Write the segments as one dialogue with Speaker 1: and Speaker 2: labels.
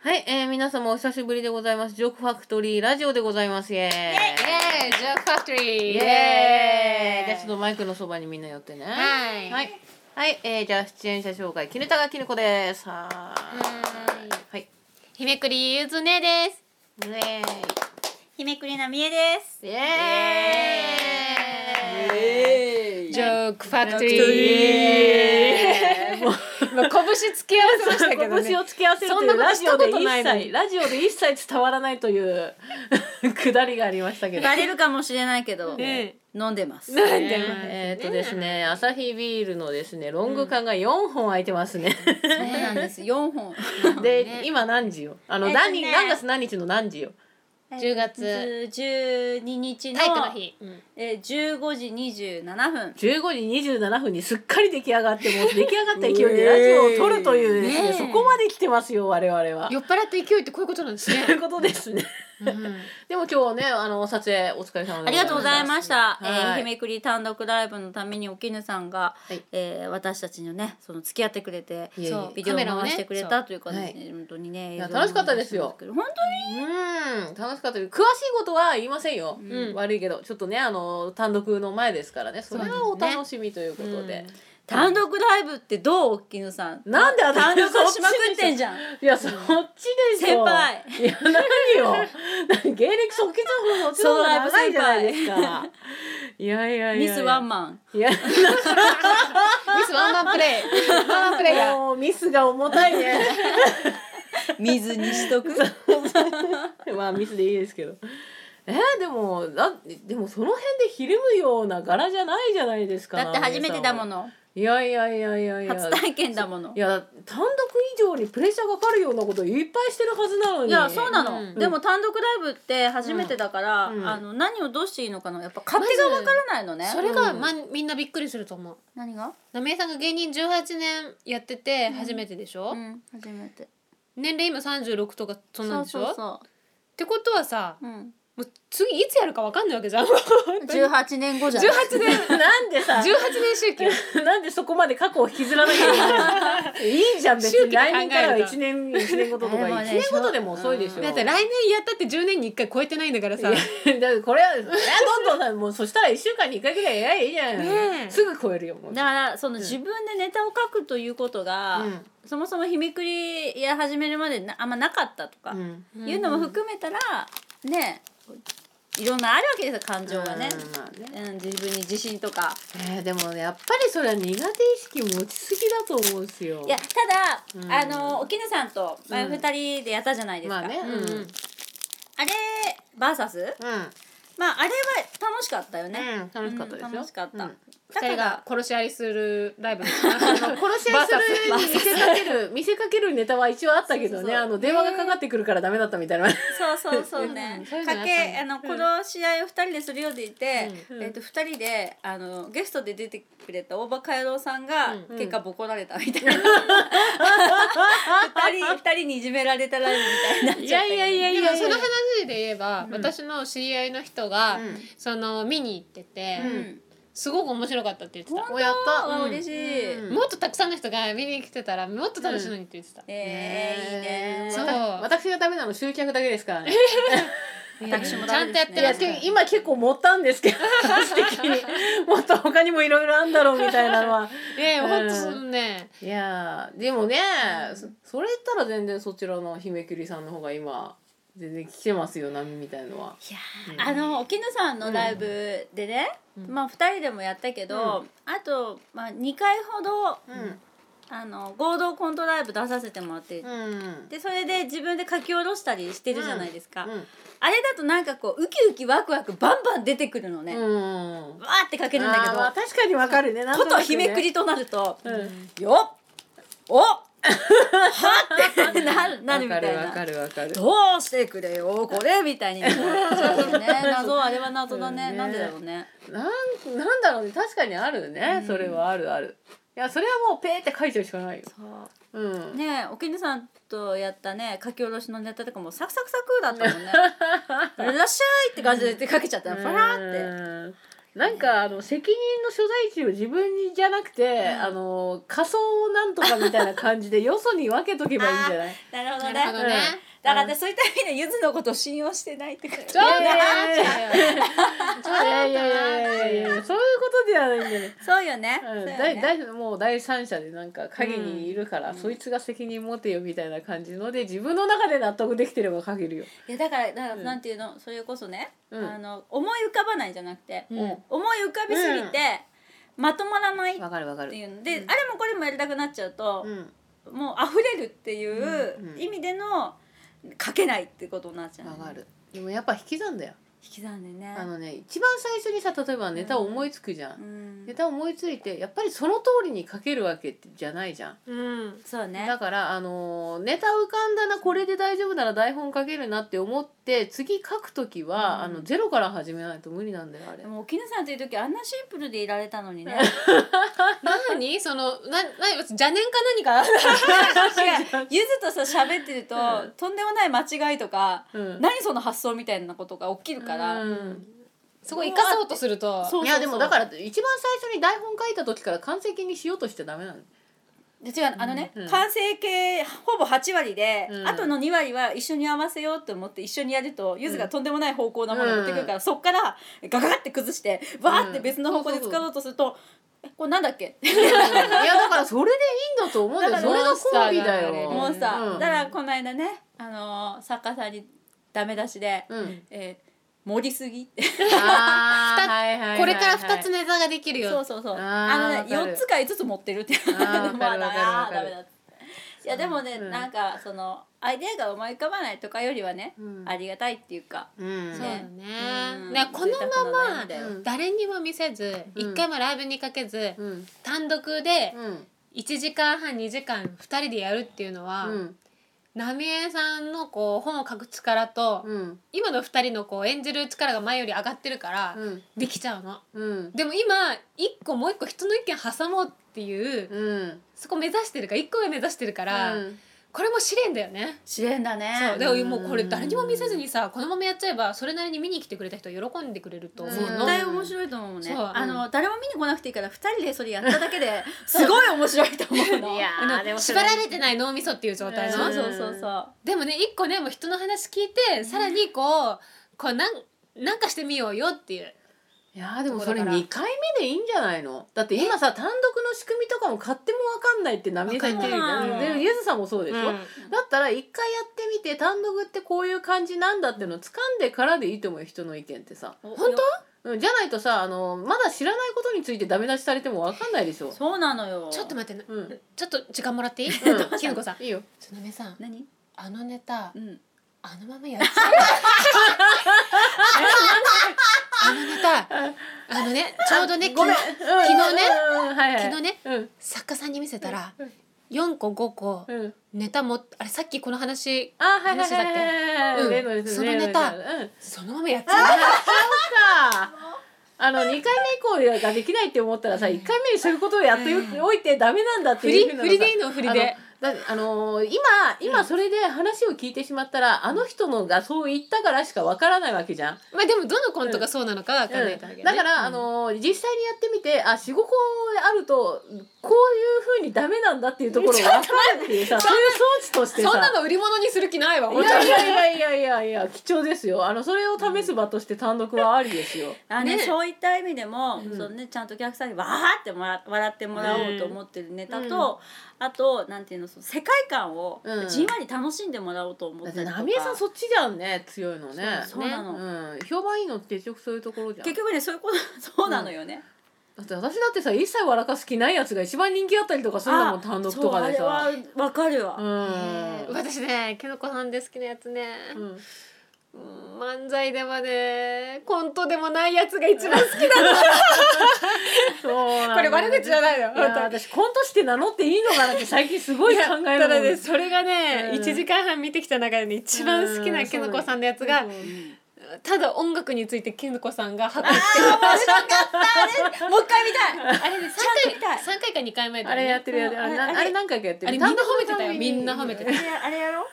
Speaker 1: はい、えー、皆様お久しぶりでございます。ジョークファクトリーラジオでございます。イエーイ
Speaker 2: イェーイジョークファクトリーイ
Speaker 1: イエーイじゃあちょっとマイクのそばにみんな寄ってね。
Speaker 2: はい
Speaker 1: はい。はい、えー、じゃあ出演者紹介、絹田がきぬこです。はーい。はい。
Speaker 2: 日めくりゆずねです
Speaker 1: イエー
Speaker 3: ひめくりなみえです。
Speaker 1: イイ
Speaker 2: エーイ
Speaker 1: エーイ
Speaker 2: ジョークファクトリー
Speaker 1: イエーイもう
Speaker 2: 今拳突き合わせましたけどね
Speaker 1: 拳を突き合わせるという
Speaker 2: そんなこと
Speaker 1: ラ
Speaker 2: し
Speaker 1: ジオ
Speaker 2: た
Speaker 1: で
Speaker 2: ことない
Speaker 1: 一
Speaker 2: のに
Speaker 1: 切ラジオで一切伝わらないというくだり がありましたけど
Speaker 3: バレるかもしれないけど、
Speaker 2: ね
Speaker 3: 飲んでます。
Speaker 2: なんでも
Speaker 1: えーっとですね、アサヒビールのですね、ロング缶が四本空いてますね。
Speaker 3: そうなんです。四本。
Speaker 1: で、今何時よ。あの、
Speaker 3: えっと
Speaker 1: 何、
Speaker 3: ね
Speaker 1: 何月何日の何時よ。
Speaker 2: 10月
Speaker 3: 十二日の
Speaker 2: 体育の日うん
Speaker 3: えー、十五時二十七分。
Speaker 1: 15時27分にすっかり出来上がって、も う出来上がった勢いでラジオを撮るというですね、
Speaker 3: ねえ
Speaker 1: そこまで来てますよ、我々は。
Speaker 2: 酔っ払った勢いってこういうことなんです
Speaker 1: とい
Speaker 2: ね
Speaker 1: うことですね。
Speaker 2: うん
Speaker 1: でも今日ね、あの、撮影お疲れ様で
Speaker 3: ありがとうございました。え
Speaker 1: は
Speaker 3: ー、
Speaker 1: い
Speaker 3: ひめくり単独ライブのためにおきぬさんが、
Speaker 1: はい
Speaker 3: えー、私たちのね、その付き合ってくれて、
Speaker 1: いえいえ
Speaker 2: そう
Speaker 3: ビデオを
Speaker 2: カメラをね
Speaker 3: 回してくれたというかです
Speaker 1: は
Speaker 3: ね、本当にね、
Speaker 1: いや楽しかったですよ
Speaker 3: 映像も回してくれて
Speaker 1: うん、楽しかったです。詳しいことは言いませんよ。
Speaker 2: うん
Speaker 1: 悪いけど、ちょっとね、あの、単独の前ですからね、それは
Speaker 2: そう
Speaker 1: お
Speaker 2: ですね
Speaker 1: 楽しみということで。
Speaker 3: 本当に単独ライブってどうおきぬさ ん。
Speaker 1: なんで私
Speaker 3: 単独
Speaker 1: そっち
Speaker 3: しまくってんじゃん。
Speaker 1: いや、そっちでしょ。
Speaker 3: 先輩。
Speaker 1: いや、何よ。何芸歴即決の方がそっちの方が長いじゃないですか。いやいやいやいや。
Speaker 3: ミスワンマン。
Speaker 1: いや、
Speaker 2: ミスワンマンプレイワンマンプレイが
Speaker 1: もうミスが重たいね。
Speaker 3: 水にしとく。
Speaker 1: まあ、ミスでいいですけど。えー、でもだでもその辺でひるむような柄じゃないじゃないですか
Speaker 3: だって初めてだもの。
Speaker 1: いやいやいやいやいや
Speaker 3: 初体験だもの
Speaker 1: い。や単独以上にプレッシャーかかるようなこといっぱいしてるはずなのに
Speaker 3: いやそうなの、
Speaker 2: うん
Speaker 3: でも単独ライブって初めてだから、
Speaker 1: うん
Speaker 3: あの何をどうしていいのかのやっぱ勝手がわからないのね、
Speaker 2: それがまみんなびっくりすると思う
Speaker 3: 何が
Speaker 2: なめえさんが芸人18年やってて初めてでしょ、
Speaker 3: うん初めて
Speaker 2: 年齢今36とかそんなんでしょ
Speaker 3: そうそ
Speaker 2: ってことはさ
Speaker 3: うそう、うん、
Speaker 2: もう次いつやるかわかんないわけじゃん18
Speaker 3: 18年後じゃん
Speaker 2: 年
Speaker 1: なんでさ
Speaker 2: 18年周期
Speaker 1: なんでそこまで過去を引きずらなきゃいけないのいいじゃ ん別
Speaker 2: 周
Speaker 1: に
Speaker 2: 期で考
Speaker 1: 来
Speaker 2: える
Speaker 1: 年からは1年1年ごととか
Speaker 3: でも
Speaker 1: 1
Speaker 3: ね
Speaker 1: 年ごとでも遅いでしょ
Speaker 2: だって来年やったって10年に1回超えてないんだからさ
Speaker 1: いやだってこれはどんどんさもうそしたら1週間に1回ぐらいやいいじゃん、
Speaker 2: ねえ
Speaker 1: すぐ超えるよもう
Speaker 3: だからその自分でネタを書くということが、
Speaker 1: うん
Speaker 3: そもそも日めくりや始めるまでなあんまなかったとか、
Speaker 1: うん
Speaker 3: いうのも含めたらねいろんなあるわけですよ感情がね,、
Speaker 1: うんまあね
Speaker 3: うん、自分に自信とか
Speaker 1: えーでもねやっぱりそれは苦手意識持ちすぎだと思うんですよ
Speaker 3: いやただ、
Speaker 1: うん
Speaker 3: あのおきぬさんと前
Speaker 1: うん
Speaker 3: 二人でやったじゃないですか、
Speaker 1: まあねうん、うん
Speaker 2: うん
Speaker 3: あれバーサスまああれは楽しかったよね、
Speaker 1: うん楽しかったですよ、
Speaker 3: うん楽しかった
Speaker 1: うん
Speaker 3: だか
Speaker 2: 2人
Speaker 3: ら
Speaker 2: が殺し合いするライ ブです
Speaker 1: あの殺し合いする見せかける見せかけるネタは一応あったけど
Speaker 3: そうそう
Speaker 1: ね
Speaker 3: そう
Speaker 1: あの電話がかかってくるからダメだったみたいな
Speaker 3: そうそうそうね
Speaker 1: うんそういうのや
Speaker 3: か
Speaker 1: った
Speaker 3: け
Speaker 1: ね
Speaker 3: あのこの試合を二人でするようでいて、えっと二人であのゲストで出てくれた大場海郎さんが、
Speaker 2: うん
Speaker 3: 結果ボコられた みたいな二人二人にいじめられたライブみたいになっ
Speaker 1: い
Speaker 3: ちゃっ
Speaker 1: や
Speaker 3: たけ
Speaker 1: い
Speaker 3: ど
Speaker 1: やいやい
Speaker 2: でも
Speaker 1: や
Speaker 2: その話で言えば、私の知り合いの人が、
Speaker 1: うん
Speaker 2: その見に行ってて、
Speaker 3: うん
Speaker 2: すごく面白かったって言ってた、
Speaker 1: おやっ
Speaker 3: あ
Speaker 1: た
Speaker 3: ー
Speaker 1: うん
Speaker 3: 嬉しい、
Speaker 1: うん
Speaker 2: もっとたくさんの人が見に来てたらもっと楽しいのにって言ってた、
Speaker 3: えー、いいね
Speaker 2: そう
Speaker 1: 私がダメなの集客だけですからね。
Speaker 3: 私も
Speaker 2: ちゃんとやって
Speaker 1: い
Speaker 2: ら
Speaker 1: や
Speaker 2: っしゃる
Speaker 1: 今結構持ったんですけど、私的に もっと他にもいろいろあんだろうみたいなのは。
Speaker 2: ええ
Speaker 1: うん
Speaker 2: ほんとそのね
Speaker 1: いやーでもね、そそれ言ったら全然そちらの姫きりさんの方が今全然来てますよ波みたいのは。
Speaker 3: いやーあの沖野さんのライブでね、まあ2人でもやったけど、あと、まあ、2回ほど
Speaker 1: うん
Speaker 3: あの合同コントライブ出させてもらって、
Speaker 1: うん。
Speaker 3: でそれで自分で書き下ろしたりしてるじゃないですか、
Speaker 1: うん
Speaker 3: あれだとなんかこうウキウキワクワクバンバン出てくるのね、わ
Speaker 1: うん。
Speaker 3: ーって書けるんだけ
Speaker 1: あー
Speaker 3: ど、
Speaker 1: まあ確かにわかるね。なんと
Speaker 3: こ
Speaker 1: なく
Speaker 3: と
Speaker 1: ね
Speaker 3: 日めく。りとなると、
Speaker 1: うん
Speaker 3: よっおはっってなるなるみた
Speaker 1: わか
Speaker 3: い
Speaker 1: るわか
Speaker 3: な。
Speaker 1: るわかる。
Speaker 3: どうしてくれよこれみたいになっちゃう よね謎あれは謎だ
Speaker 1: うんね
Speaker 3: ねなんでだろうね
Speaker 1: なんなんだろうね確かにあるね、それはあるある。いやそれはもうペーって書いちゃうしかないよ。
Speaker 3: そう
Speaker 1: うん。
Speaker 3: ねえおきぬさんとやったね書き下ろしのネタとかもサクサクサクだったもんね「いらっしゃい」って感じで手かけちゃったらパラーって
Speaker 1: て。なんかあの責任の所在地を自分にじゃなくて、
Speaker 3: ん
Speaker 1: あの仮想をなんとかみたいな感じでよそに分けとけばいいんじゃない
Speaker 3: なるほど
Speaker 2: な
Speaker 3: ね
Speaker 2: るほどね。
Speaker 3: だからねそういった意味でゆずのことを信用してないってこと
Speaker 2: ちょっと待
Speaker 1: いやいやいやいやいやそういうことではないんだよね。
Speaker 3: そうよね,、
Speaker 1: うん
Speaker 3: そうよ
Speaker 1: だい
Speaker 3: ね
Speaker 1: だいもう第三者でなんか陰にいるから、そいつが責任持てよみたいな感じので自分の中で納得できてれば限るよ。
Speaker 3: いやだからだから
Speaker 1: うん
Speaker 3: なんていうの、それこそね、
Speaker 1: うん
Speaker 3: あの思い浮かばないじゃなくて、
Speaker 1: うん
Speaker 3: 思い浮かびすぎて、まとまらないっ
Speaker 1: わかるわか
Speaker 3: て
Speaker 1: る。
Speaker 3: いうので、あれもこれもやりたくなっちゃうと
Speaker 1: う、ん
Speaker 3: もう溢れるっていう
Speaker 1: うんうん
Speaker 3: 意味での書けないってことになっちゃう、
Speaker 1: わかる。でもやっぱ引き算だよ。
Speaker 3: 引き算でね
Speaker 1: あのね一番最初にさ例えばネタを思いつくじゃん。
Speaker 3: うん
Speaker 1: ネタを思いついてやっぱりその通りに書けるわけじゃないじゃん。
Speaker 2: うん。
Speaker 3: そうね
Speaker 1: だからあのーネタ浮かんだなこれで大丈夫なら台本書けるなって思って次書くときは、
Speaker 3: うん
Speaker 1: あのゼロから始めないと無理なんだよあれ
Speaker 3: で。もお絹さんという時あんなシンプルでいられたのにね
Speaker 2: 何そのな何邪念か何か。
Speaker 3: 違うゆずとさ喋ってると、
Speaker 1: うん
Speaker 3: とんでもない間違いとか、
Speaker 1: うん
Speaker 3: 何その発想みたいなことが起きるから、
Speaker 1: うん
Speaker 2: そこ生かそうとすると。
Speaker 3: そう
Speaker 1: いやでもだから一番最初に台本書いた時から完璧にしようとしちゃダメなの。
Speaker 3: で違うあのね、
Speaker 1: うん
Speaker 3: 完成形ほぼ8割で、
Speaker 1: うん
Speaker 3: あとの2割は一緒に合わせようと思って一緒にやるとゆずがとんでもない方向のものを持ってくるから、そっからガガガって崩してわーって別の方向で使おうとすると、えこれなんだっけ
Speaker 1: いやだからそれでいいんだと思うんだよ。
Speaker 3: だか
Speaker 1: それがコン
Speaker 3: ら
Speaker 1: ビだ
Speaker 2: うん
Speaker 1: よ。
Speaker 3: もうさ、
Speaker 1: うん
Speaker 3: だからこの間ね、あのー作家さんにダメ出しで「
Speaker 1: うん。
Speaker 3: えー盛りすぎ」って
Speaker 1: あーはいはいはいはい
Speaker 2: これから二つネタができる
Speaker 3: そう
Speaker 2: よ。
Speaker 3: そうそう
Speaker 1: あー
Speaker 3: あのね
Speaker 1: わかる
Speaker 3: 4つか5つ持ってるって
Speaker 1: あー
Speaker 3: ま
Speaker 1: わか
Speaker 3: あ
Speaker 1: るわかる
Speaker 3: あ
Speaker 1: わか
Speaker 3: ーダ
Speaker 1: る
Speaker 3: メだいやでもね、
Speaker 1: うん
Speaker 3: なんかそのアイデアが思い浮かばないとかよりはね、
Speaker 1: うん
Speaker 3: ありがたいっていうか
Speaker 1: うん
Speaker 2: そう
Speaker 3: ね
Speaker 2: だ
Speaker 3: う
Speaker 2: ね。
Speaker 3: ん
Speaker 2: ねこのままだ
Speaker 1: う
Speaker 2: よ
Speaker 1: ん。
Speaker 2: 誰にも見せず、
Speaker 1: うん
Speaker 2: 一回もライブにかけず、
Speaker 1: うん
Speaker 2: 単独で
Speaker 1: うん
Speaker 2: 1時間半2時間2人でやるっていうのは、
Speaker 1: うん
Speaker 2: 浪江さんのこう本を書く力と、
Speaker 1: うん
Speaker 2: 今の2人のこう演じる力が前より上がってるから、
Speaker 1: うん
Speaker 2: できちゃうの。
Speaker 1: うん
Speaker 2: でも今一個もう一個人の意見挟もうっていう、
Speaker 1: うん
Speaker 2: そこ目指してるから一個上目指してるから、
Speaker 1: うん
Speaker 2: これも試練だよね。
Speaker 3: 試練だね
Speaker 2: そうで
Speaker 1: うん
Speaker 2: ももうこれ誰にも見せずにさこのままやっちゃえばそれなりに見に来てくれた人喜んでくれると思う
Speaker 1: うん
Speaker 2: の。
Speaker 3: 絶対面白いと思うね、
Speaker 2: そう
Speaker 3: あの誰も見に来なくていいから2人でそれやっただけです ごい面白いと思うの
Speaker 2: あの縛られてない脳みそっていう状態の、
Speaker 3: そうそうそうそう
Speaker 2: でもね一個ねもう人の話聞いてさらにこうこうなんなんかしてみようよっていう
Speaker 1: いやーでもそれ二回目でいいんじゃないのだって今さ単独の仕組みとかも勝手も分かんないって波江さん言ってるじ
Speaker 3: わかん
Speaker 1: ゃん
Speaker 3: ない
Speaker 1: でゆずさんもそうでしょ、
Speaker 2: うん
Speaker 1: だったら一回やってみて単独ってこういう感じなんだってのを掴んでからでいいと思うよ人の意見ってさ、
Speaker 3: 本
Speaker 1: うん、じゃないとさあのまだ知らないことについてダメ出しされても分かんないでしょ
Speaker 3: そうなのよ
Speaker 2: ちょっと待って
Speaker 1: うん
Speaker 2: ちょっと時間もらっていい
Speaker 1: うん
Speaker 2: きのこさん
Speaker 1: いいよ
Speaker 2: つのめさん
Speaker 3: 何
Speaker 2: あのネタ
Speaker 3: うん
Speaker 2: あのままやっちゃうあのネタあのねちょうどね
Speaker 1: ごめん、
Speaker 2: 昨日
Speaker 1: うん
Speaker 2: 昨日ね
Speaker 1: うんはいはい、
Speaker 2: 昨日ね
Speaker 1: うん
Speaker 2: 作家さんに見せたら4個5個
Speaker 1: うん
Speaker 2: ネタもあれさっきこの話
Speaker 1: あはいはいはいはいはい、
Speaker 2: うん
Speaker 1: 例のやつね
Speaker 2: そのネタ
Speaker 1: 例のやつうん
Speaker 2: そのままやっちゃう
Speaker 1: さあの2回目以降ができないって思ったらさ1回目にそういうことをやっておいてダメなんだって
Speaker 2: 振
Speaker 1: いう
Speaker 2: り
Speaker 1: ふうな
Speaker 2: 振りでいいの振り
Speaker 1: あ
Speaker 2: で
Speaker 1: のだあのー今今それで話を聞いてしまったら、あの人のがそう言ったからしかわからないわけじゃん、
Speaker 2: まあでもどのコントがそうなのかわかんないからね
Speaker 1: だから、あのー実際にやってみてあ45個あるとこういうふうにダメなんだっていうところを分かるっていうさそういう装置としてさ
Speaker 2: そんなの売り物にする気ないわ
Speaker 1: い
Speaker 2: 本当
Speaker 1: や
Speaker 2: に
Speaker 1: いやいやいやいや貴重ですよあのそれを試す場として単独はありですよ、
Speaker 3: あね
Speaker 2: ね
Speaker 3: そういった意味でも、
Speaker 1: ん
Speaker 3: そのね、ちゃんとお客さんにわーってもら笑ってもらおうと思ってるネタと、
Speaker 1: うん
Speaker 3: あとなんていうのその世界観を
Speaker 1: うん
Speaker 3: じんわり楽しんでもらおうと思っ
Speaker 1: だったて
Speaker 3: りとか、
Speaker 1: 浪江さんそっちじゃんね強いのね
Speaker 3: そうそうなの
Speaker 1: うん、評判いいのって結局そういうところじゃん
Speaker 3: 結局ねそういうこと そうなのよね、
Speaker 1: だって私だってさ一切笑かす気ないやつが一番人気あったりとかするんだもん単独とかで
Speaker 3: そうあ
Speaker 1: さ
Speaker 3: れはわかるわ、
Speaker 1: うん
Speaker 2: 私ねけのこさんで好きなやつね、
Speaker 1: うん
Speaker 2: うん漫才でもねコントでもないやつが一番好きだ
Speaker 1: そうなんだ
Speaker 2: これ悪口じゃな
Speaker 1: い
Speaker 2: いの
Speaker 1: や
Speaker 2: 本当に
Speaker 1: 私コントして名乗っていいのかなって最近すごい考えるもん
Speaker 2: ただねそれがね、
Speaker 1: うん
Speaker 2: 1時間半見てきた中でね一番好きなけのこさんのやつが、
Speaker 1: うん
Speaker 2: ただ音楽についてけのこさんが発表して
Speaker 3: もう一回見たい
Speaker 2: あれね
Speaker 3: ちゃんと見
Speaker 2: 3
Speaker 3: たい
Speaker 2: 回三回か2回前だ
Speaker 1: あ
Speaker 2: よね
Speaker 1: れやってるやつあれな
Speaker 3: あれ
Speaker 1: あれ何回かやって
Speaker 2: あ
Speaker 1: る
Speaker 2: れみんな褒めてたよみんな褒めて
Speaker 3: あれあれやろう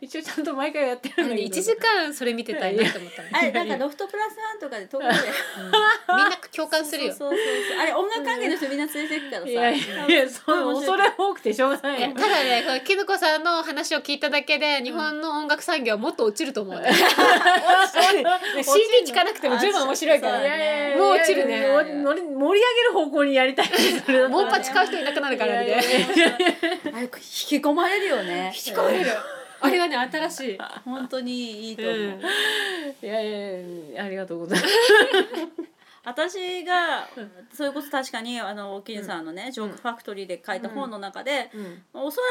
Speaker 1: 一応ちゃんと毎回やってるんだけど
Speaker 2: 1時間それ見てたいなと思ったの
Speaker 3: あれなんかロフトプラスワンとかで東京で
Speaker 2: みんな共感するよ
Speaker 3: そうそうそうそうあれ音楽関係の人みんな連れてくからさ
Speaker 1: いやいやいや
Speaker 3: すごい
Speaker 1: そ
Speaker 3: 面
Speaker 1: う
Speaker 3: 白
Speaker 1: 恐
Speaker 3: い
Speaker 1: れ多くてしょうがない
Speaker 2: いや
Speaker 1: よ
Speaker 2: ただねこのきぬこさんの話を聞いただけで日本の音楽産業はもっと落ちると思う、 ね CD 聞かなくても十分面白いか
Speaker 3: そ
Speaker 2: ら
Speaker 3: う
Speaker 2: ね
Speaker 3: だね
Speaker 2: もう落ちるね
Speaker 1: いやいやいや盛り盛り上げる方向にやりたいそれだった
Speaker 2: も
Speaker 1: ら
Speaker 2: うパチ買う人いなくなるから
Speaker 1: いやい
Speaker 2: ね
Speaker 1: やい
Speaker 3: あれ引き込まれるよね
Speaker 2: 引き込まれるあれはね新しい
Speaker 3: 本当にいいと思う、
Speaker 2: うん
Speaker 1: いやいやいやありがとうございます
Speaker 3: 私がそれこそ確かにあのおきんさんのね、ジョークファクトリーで書いた本の中で、おそら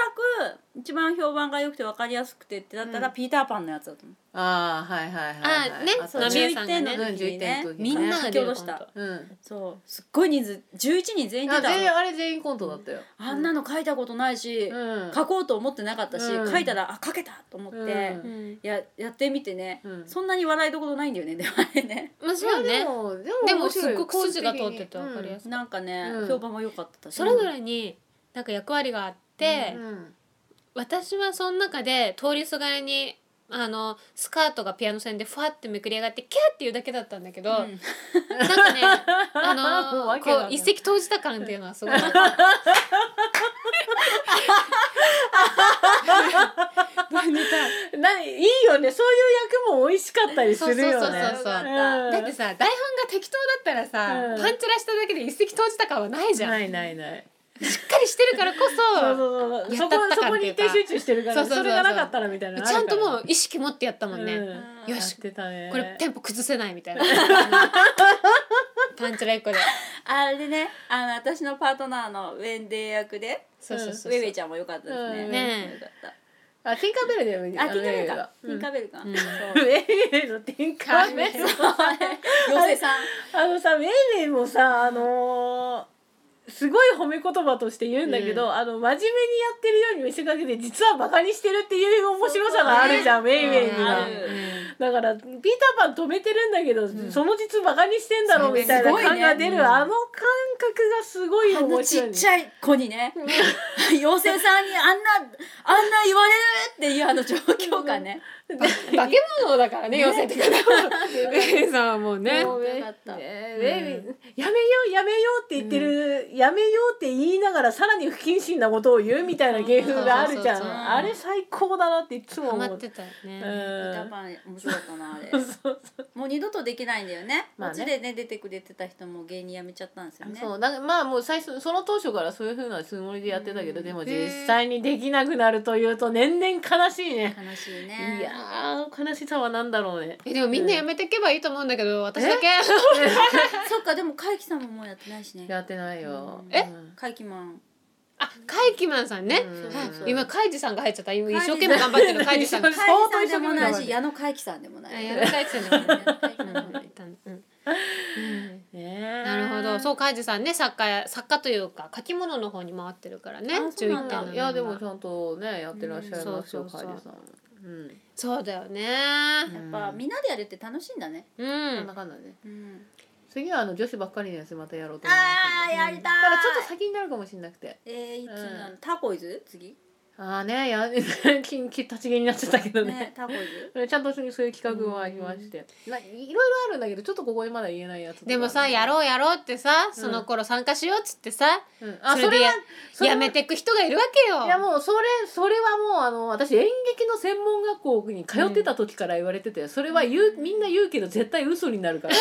Speaker 3: く一番評判が良くて分かりやすくてってだったら、
Speaker 1: うん
Speaker 3: ピーターパンのやつだと思う
Speaker 1: ああはいはいはいはい
Speaker 2: あね
Speaker 1: った
Speaker 2: そうね
Speaker 3: 11点の時にね
Speaker 1: うん11点の時
Speaker 2: みんなが出る
Speaker 3: 書き下ろ
Speaker 2: 本
Speaker 3: した
Speaker 1: うん
Speaker 3: そうすっごい人数11人全員出
Speaker 1: あ
Speaker 3: た
Speaker 1: 全員あれ全員コントだったよ
Speaker 3: あんなの書いたことないし、
Speaker 1: うん
Speaker 3: 書こうと思ってなかったし、
Speaker 1: うん
Speaker 3: 書いたらあ書けたと思って、
Speaker 1: うん
Speaker 3: ややってみてね、
Speaker 1: うん
Speaker 3: そんなに笑いどころないんだよねでもあれね
Speaker 2: まあそう
Speaker 1: いやで
Speaker 2: ね
Speaker 1: も
Speaker 2: で
Speaker 1: で
Speaker 2: も
Speaker 1: も
Speaker 2: すっごく筋が通っててわ
Speaker 1: 分
Speaker 2: かりやすい
Speaker 3: なんかね、
Speaker 1: うん
Speaker 3: 評判も良かったし
Speaker 2: それぞれになんか役割があって、私はその中で通りすがりにあのスカートがピアノ線でふわってめくり上がってキャーっていうだけだったんだけど、
Speaker 3: うん
Speaker 2: なんか ね
Speaker 1: もう
Speaker 2: あの
Speaker 1: 訳が
Speaker 2: こ
Speaker 1: な
Speaker 2: う
Speaker 1: い
Speaker 2: 一石投じた感っていうのはすご い
Speaker 1: ないいよねそういう役も美味しかったりするよね
Speaker 2: そうそうそうそう
Speaker 1: うん
Speaker 2: だってさ台本が適当だったらさ、
Speaker 1: うん
Speaker 2: パンチラしただけで一石投じた感はないじゃん
Speaker 1: ないないない
Speaker 2: しっかりしてるからこそ
Speaker 1: そうそうそう
Speaker 2: や
Speaker 1: そ
Speaker 2: っ
Speaker 1: こ
Speaker 2: たった
Speaker 1: そ
Speaker 2: 感
Speaker 1: こ
Speaker 2: って
Speaker 1: に
Speaker 2: い
Speaker 1: 一
Speaker 2: うか
Speaker 1: 点集中してるから
Speaker 2: そうそうそ
Speaker 1: そ
Speaker 2: うそう
Speaker 1: れがなかったらみたいなのあ
Speaker 2: ち
Speaker 1: る
Speaker 2: ゃ
Speaker 1: から
Speaker 2: んともう意識持ってやったもんね、
Speaker 1: うん
Speaker 2: よし
Speaker 1: やってたね
Speaker 2: これテンポ崩せないみ たいなパンチラ一個で
Speaker 3: あれねあの私のパートナーのウェンデー役で
Speaker 2: そうそうそうそう
Speaker 3: ウェイウェイちゃんも良かったですね、
Speaker 1: うん
Speaker 2: ねえ
Speaker 3: 良かった
Speaker 1: あティンカーベルだよね
Speaker 3: あティンカーベルか
Speaker 1: あ
Speaker 3: ティンカーベルか、
Speaker 2: うん
Speaker 3: そう
Speaker 1: の映画うんのティンカーベル
Speaker 3: 妖精さん
Speaker 1: あのさメイメイもさあのーすごい褒め言葉として言うんだけど、あの真面目にやってるように見せかけて実はバカにしてるっていう面白さがあるじゃん、メイメイに
Speaker 2: うん
Speaker 1: は
Speaker 3: ある
Speaker 1: だからピーターパン止めてるんだけど、その実バカにしてんだろうみたいな
Speaker 3: そうね
Speaker 1: 感が出る、
Speaker 3: すごいね
Speaker 1: あの感覚がすごい
Speaker 3: あの
Speaker 1: 面
Speaker 3: ち
Speaker 1: 白い
Speaker 3: っ
Speaker 1: ね
Speaker 3: ちゃい子に ね妖精さんにあんなあんな言われるっていうあの状況がね
Speaker 2: 化け物だからね妖精って 上さんはもうね
Speaker 1: もう
Speaker 3: よかった
Speaker 1: ねメイメイやめようやめようって言ってる、やめようって言いながらさらに不謹慎なことを言うみたいな芸風があるじゃん、
Speaker 2: そうそうそうそう
Speaker 1: あれ最高だなっていつも
Speaker 2: ハ
Speaker 1: 思
Speaker 2: マっ
Speaker 1: う。
Speaker 2: てたよ
Speaker 1: う
Speaker 2: ね、
Speaker 3: 歌
Speaker 1: ん
Speaker 3: 番面白かったなあれ
Speaker 1: そう
Speaker 3: もう二度とできないんだよねこ
Speaker 1: まあ
Speaker 3: っ
Speaker 1: ね
Speaker 3: ちでね出てくれてた人も芸人辞めちゃったんですよね
Speaker 1: そうなんかまあもう最初その当初からそういうふうなつもりでやってたけど、
Speaker 3: うん
Speaker 1: でも実際にできなくなるというと年々悲しいね、
Speaker 3: 悲しいね
Speaker 1: いやー悲しさはなんだろうね
Speaker 2: えでもみんなやめていけばいいと思うんだけど私だけ
Speaker 3: そっかでも海輝さんももうやってないしね
Speaker 1: やってないよ、
Speaker 2: え
Speaker 1: うん
Speaker 3: 海輝マン
Speaker 2: あカイキマンさんね、
Speaker 1: うん
Speaker 2: はい今カイジさんが入っちゃった今一生懸命頑張ってるカイジさんが
Speaker 1: 相
Speaker 3: 海
Speaker 1: 当
Speaker 3: 輝さんでもな
Speaker 1: 忙
Speaker 3: い
Speaker 1: し
Speaker 3: し
Speaker 1: い
Speaker 3: 矢野海輝さんでもな
Speaker 2: あ
Speaker 3: い
Speaker 2: やるカイジさんだうん
Speaker 1: ね
Speaker 2: なるほどそううカイジさんね作家作家というか書き物の方に回ってるからね
Speaker 3: あそうなんだ
Speaker 2: 11.7
Speaker 1: いやでもちゃんとねやってらっしゃいますよ
Speaker 2: うん
Speaker 1: カ
Speaker 2: そ
Speaker 1: イ
Speaker 2: う
Speaker 1: ジ
Speaker 2: そう
Speaker 1: さんうん
Speaker 2: そうだよね
Speaker 3: やっぱみんなでやるって楽しいんだね
Speaker 2: うん、
Speaker 1: なんだかんだね
Speaker 3: うん
Speaker 1: 次はあの女子ばっかりのやつまたやろうと思います
Speaker 3: あーやりたい
Speaker 1: ただちょっと先になるかもしれなくて
Speaker 3: えーいつな
Speaker 1: う
Speaker 3: のタコイズ次
Speaker 1: ああねや き立ち消えになっちゃったけど
Speaker 3: ね
Speaker 1: ね
Speaker 3: タコイズ
Speaker 1: ちゃんとそういう企画もありまして、まあ、いろいろあるんだけどちょっとここでまだ言えないやつとか
Speaker 2: でもさやろうやろうってさその頃参加しようっつってさ、
Speaker 1: う、うん、あ
Speaker 2: そ
Speaker 1: そ
Speaker 2: れで
Speaker 1: れ
Speaker 2: や
Speaker 1: はそれ
Speaker 2: や
Speaker 1: は
Speaker 2: めてく人がいるわけよ
Speaker 1: いやもうそれそれはもうあの私演劇の専門学校に通ってた時から言われてて、それは言うみんな言うけど絶対嘘になる から、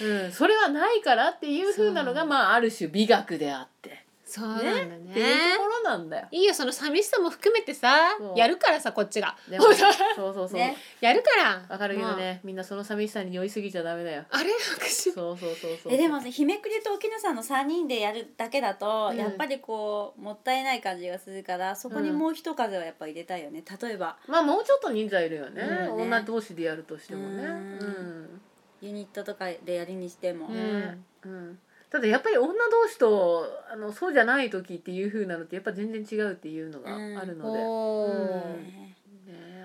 Speaker 1: うん、それはないからっていう風なのが
Speaker 2: そう
Speaker 1: まあある種美学であって、
Speaker 2: そうなんだね
Speaker 1: っていうところなんだよ。
Speaker 2: いいよその寂しさも含めてさ
Speaker 1: そう
Speaker 2: やるからさこっちが
Speaker 1: でもそうそうそう、
Speaker 3: ね
Speaker 2: やるから
Speaker 1: わかるけどねみんなその寂しさに酔いすぎちゃダメ だよ。
Speaker 2: もうあれ私
Speaker 1: そうそうそうそう。
Speaker 3: えでもね日めくりと沖野さんの3人でやるだけだと、
Speaker 1: うん
Speaker 3: やっぱりこうもったいない感じがするからそこにもう一風はやっぱ入れたいよね例えば
Speaker 1: まあもうちょっと人数いるよね,、
Speaker 3: うんね
Speaker 1: 女同士でやるとしてもね。
Speaker 3: う
Speaker 1: うんん。
Speaker 3: ユニットとかでやりにしても、
Speaker 2: う
Speaker 1: うんん。うん。ただやっぱり女同士とあのそうじゃない時っていう風なのってやっぱ全然違うっていうのがあるので、
Speaker 2: お
Speaker 1: う
Speaker 2: ー
Speaker 1: んね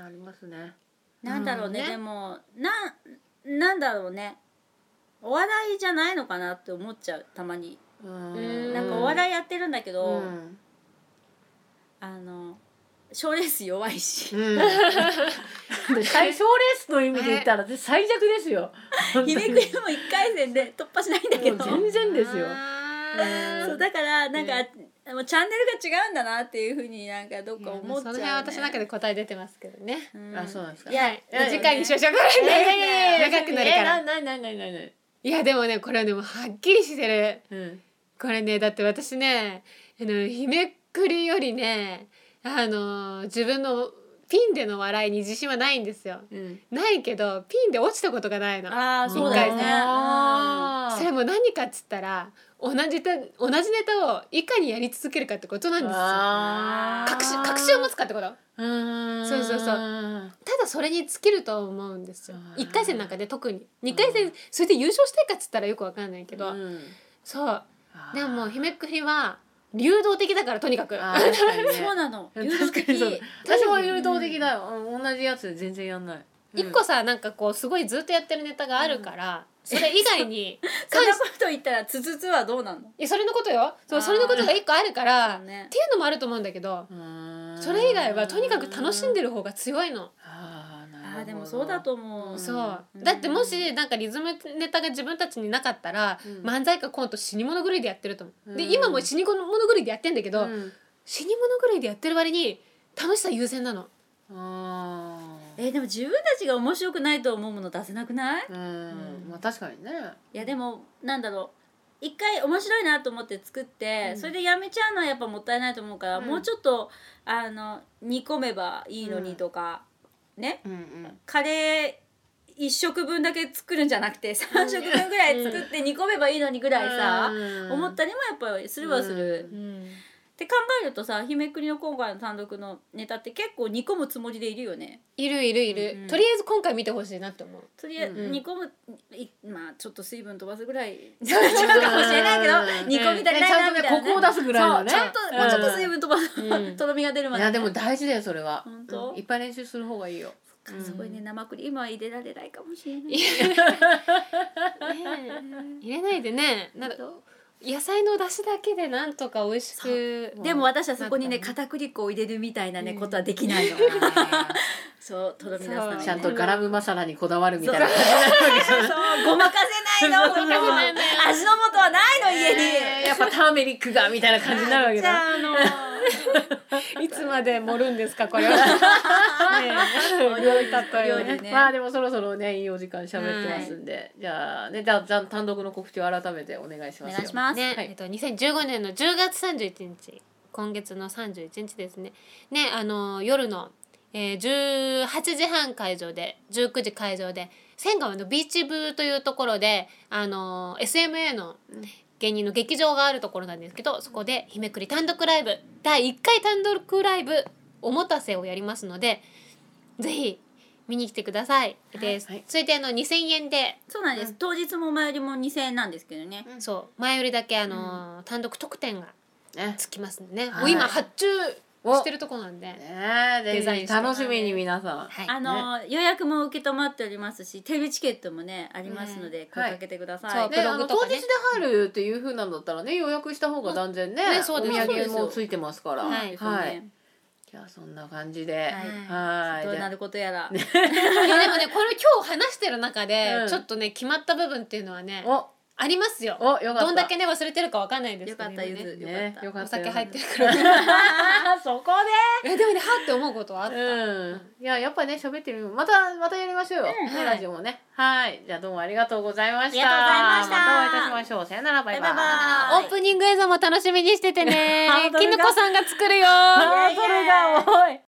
Speaker 1: ありますね。
Speaker 3: なんだろうね,、
Speaker 2: うんね
Speaker 3: でもなんなんだろうねお笑いじゃないのかなって思っちゃうたまに
Speaker 1: う
Speaker 2: うん
Speaker 1: ん
Speaker 3: なんかお笑いやってるんだけど、
Speaker 1: うん
Speaker 3: あの賞レース弱 いし
Speaker 1: うん、で最賞レースの意味で言ったら私最弱ですよ。本当
Speaker 3: ひ
Speaker 1: に
Speaker 3: ねくれも1回戦で突破しないんだけど
Speaker 1: もう全然ですよ
Speaker 2: あー
Speaker 3: そうだからなんか、もうチャンネルが違うんだなっていうふうになんかどっか
Speaker 2: もう
Speaker 3: 思っち
Speaker 2: そ
Speaker 3: ゃ、
Speaker 2: うの
Speaker 3: ね
Speaker 2: 辺は私の中で答え出てますけどね。
Speaker 3: うん
Speaker 1: あそうなんですか
Speaker 3: いや
Speaker 2: はいい
Speaker 1: やいや
Speaker 2: 次回にしましょう。こ
Speaker 1: いやいや
Speaker 2: れね
Speaker 1: いやいや
Speaker 2: 長くなるから
Speaker 1: えなななななな
Speaker 2: はいやでもねこれはでもはっきりしてる。
Speaker 1: うん
Speaker 2: これねだって私ねあの日めくりよりねあの自分のピンでの笑いに自信はないんですよ。
Speaker 1: うん。
Speaker 2: ないけどピンで落ちたことがないの。
Speaker 3: ああそうだよね
Speaker 1: あー
Speaker 2: それも何かっつったら同じた同じネタをいかにやり続けるかってことなんですよ。
Speaker 1: あー
Speaker 2: 確信確信を持つかってこと。
Speaker 1: うん
Speaker 2: そうそうそうただそれに尽きると思うんですよ
Speaker 1: あー
Speaker 2: 1回戦なんかで特に2回戦それで優勝したいかっつったらよくわかんないけど、
Speaker 1: うん
Speaker 2: そう
Speaker 1: あー
Speaker 2: でももう日めくりは流動的だからとに かく
Speaker 1: あー確かにね
Speaker 3: そうなの誘導
Speaker 1: 確か
Speaker 3: 的
Speaker 1: にそう私も誘導的だよ、うん同じやつで全然やんない、うん
Speaker 2: 1個さなんかこうすごいずっとやってるネタがあるから、それ以 外に
Speaker 3: そんなこと言ったらつつつはどうなの
Speaker 2: いやそれのことよそ
Speaker 1: あー
Speaker 2: うそれのことが1個あるから、
Speaker 3: ね
Speaker 2: っていうのもあると思うんだけど
Speaker 1: うん
Speaker 2: それ以外はとにかく楽しん
Speaker 1: で
Speaker 2: でる方が強いの。
Speaker 1: あーなるほ
Speaker 3: あ
Speaker 1: ど
Speaker 3: ーでもそうだと思う、
Speaker 1: うん
Speaker 2: そう、
Speaker 3: うん
Speaker 2: だってもしなんかリズムネタが自分たちになかったら、
Speaker 1: うん
Speaker 2: 漫才かコント死に物狂いでやってると思う、
Speaker 1: うん
Speaker 2: で今も死に物狂いでやってんだけど、
Speaker 1: うん
Speaker 2: 死に物狂いでやってる割に楽しさ優先なの
Speaker 1: あー
Speaker 3: えーでも自分たちが面白くないと思うもの出せなくない
Speaker 1: うんまあ確かにね
Speaker 3: いやでもなんだろう一回面白いなと思って作って、
Speaker 1: うん
Speaker 3: それでやめちゃうのはやっぱもったいないと思うから、
Speaker 1: うん
Speaker 3: もうちょっとあの煮込めばいいのにとか、ね
Speaker 1: うんうん
Speaker 3: カレー1食分だけ作るんじゃなくて3食分ぐらい作って煮込めばいいのにぐらいさ、
Speaker 1: うん
Speaker 3: 思ったりもやっぱりするはする、
Speaker 1: う
Speaker 2: うん
Speaker 3: って考えるとさ日めくりの今回の単独のネタって結構煮込むつもりでいるよね
Speaker 2: いるいるいる、
Speaker 3: うんうん
Speaker 2: とりあえず今回見てほしいなって思う
Speaker 3: とりあえず
Speaker 2: うん
Speaker 3: 煮込む、いまあちょっと水分飛ばすぐらい違うかもしれないけ
Speaker 1: う
Speaker 3: ど
Speaker 1: ん
Speaker 3: 煮込み足りないなみたい
Speaker 1: ねちゃ
Speaker 3: な、
Speaker 1: んとねコクを出すぐらいのね
Speaker 3: そうちゃんと、
Speaker 1: うん
Speaker 3: もうちょっと水分飛ばす、
Speaker 2: うん
Speaker 3: とろみが出るま
Speaker 1: い
Speaker 3: で
Speaker 1: やでも大事だよそれは
Speaker 3: 本当
Speaker 1: うんいっぱい練習する方がいいようん
Speaker 3: そこにね生クリームは入れられないかもしれないい
Speaker 2: 入れないでねなんか野菜の出汁だけでなんとか美味しく
Speaker 1: そう
Speaker 3: でも私はそこにね
Speaker 2: なん
Speaker 3: 片栗粉を入れるみたいなねことはできないの、そうとろみ出すために、
Speaker 2: そう
Speaker 3: ね、
Speaker 1: ちゃん
Speaker 2: う
Speaker 1: と
Speaker 2: ん
Speaker 1: ガラムマサラにこだわるみたいな
Speaker 3: そ
Speaker 1: 感じになるわけじゃない
Speaker 3: そうごまかせないの
Speaker 1: ごまかせ
Speaker 3: もう
Speaker 1: ない
Speaker 2: のよ
Speaker 3: 味の素はないの家に、
Speaker 1: えーやっぱターメリックがみたいな感じにな るわけ
Speaker 3: じゃ
Speaker 1: だ
Speaker 3: ああの
Speaker 2: いつまで盛るんですかこれはねえ料理例え
Speaker 3: 料
Speaker 2: を
Speaker 3: 理
Speaker 2: ね
Speaker 3: ね
Speaker 1: まあでもそろそろねいいお時間喋ってますんで、じゃあねじゃあじゃあ単独の告知を改めてお願いし
Speaker 3: お
Speaker 1: ますよ
Speaker 3: 願いします、
Speaker 2: ね、
Speaker 1: はい
Speaker 2: えっと2015年の10月31日今月の31日ですねねあの夜の、えー、18時半会場で19時会場で仙川のビーチ部というところであの SMA の
Speaker 1: うん
Speaker 2: 芸人の劇場があるところなんですけどそこで「日めくり単独ライブ」第1回単独ライブおもたせをやりますのでぜひ見に来てください。で、
Speaker 1: はい
Speaker 2: それであの2000円で
Speaker 3: そうなんです、当日も前よりも2000円なんですけどね、
Speaker 2: そう前よりだけあの、単独特典が
Speaker 1: ね
Speaker 2: つきますんでね、
Speaker 1: はい
Speaker 2: もう今発注
Speaker 1: お
Speaker 2: してるとこなんで、
Speaker 1: ね
Speaker 2: デザ
Speaker 1: ぜ
Speaker 2: イン
Speaker 1: ひ
Speaker 2: して
Speaker 1: 楽しみに皆さん
Speaker 2: はい、
Speaker 3: あの予約も受け止まっておりますしテレビチケットもねありますので、声かけてください、
Speaker 2: はい
Speaker 1: ね、
Speaker 2: ブ
Speaker 1: あ
Speaker 2: ロ
Speaker 1: の
Speaker 2: グ
Speaker 1: 当
Speaker 2: とか
Speaker 1: 日
Speaker 2: ね
Speaker 1: で入るっていう風なんだったらね予約した方が断然ね,、
Speaker 2: ねそうです
Speaker 1: お土
Speaker 3: そう
Speaker 1: 産
Speaker 3: です
Speaker 1: もついてますから
Speaker 2: はい
Speaker 3: そうですね
Speaker 1: じゃあそんな感じで
Speaker 3: は
Speaker 1: は
Speaker 3: い
Speaker 1: い
Speaker 3: どうな
Speaker 1: る
Speaker 3: ることやら、
Speaker 2: いやでもねこれ今日話してる中で、
Speaker 1: うん
Speaker 2: ちょっとね決まった部分っていうのはね
Speaker 1: お
Speaker 2: ありますよ
Speaker 1: およかった
Speaker 2: どんだけね忘れてるかわかんないです
Speaker 3: よ
Speaker 2: けど
Speaker 3: かった
Speaker 2: ね
Speaker 3: ゆ
Speaker 2: 今ね
Speaker 3: ず、よ
Speaker 1: ね
Speaker 3: かった
Speaker 1: よか
Speaker 2: お
Speaker 1: った
Speaker 2: 酒入って
Speaker 1: る
Speaker 2: るから い
Speaker 1: そこ
Speaker 2: やでもねはって思うことはあっ
Speaker 1: で
Speaker 2: た、
Speaker 1: うんいややっぱね喋ってみるまたまたやりましょうよ、
Speaker 3: うん
Speaker 1: ねラジオもねはいじゃあどうもありがとうございました
Speaker 3: ありがとうございました
Speaker 1: またお会いいたしましょうさよならバイバイ
Speaker 3: バイバ
Speaker 2: オープニング映像も楽しみにしててね
Speaker 1: 本当だ
Speaker 2: きぬこさんが作るよ
Speaker 1: あーそれが多い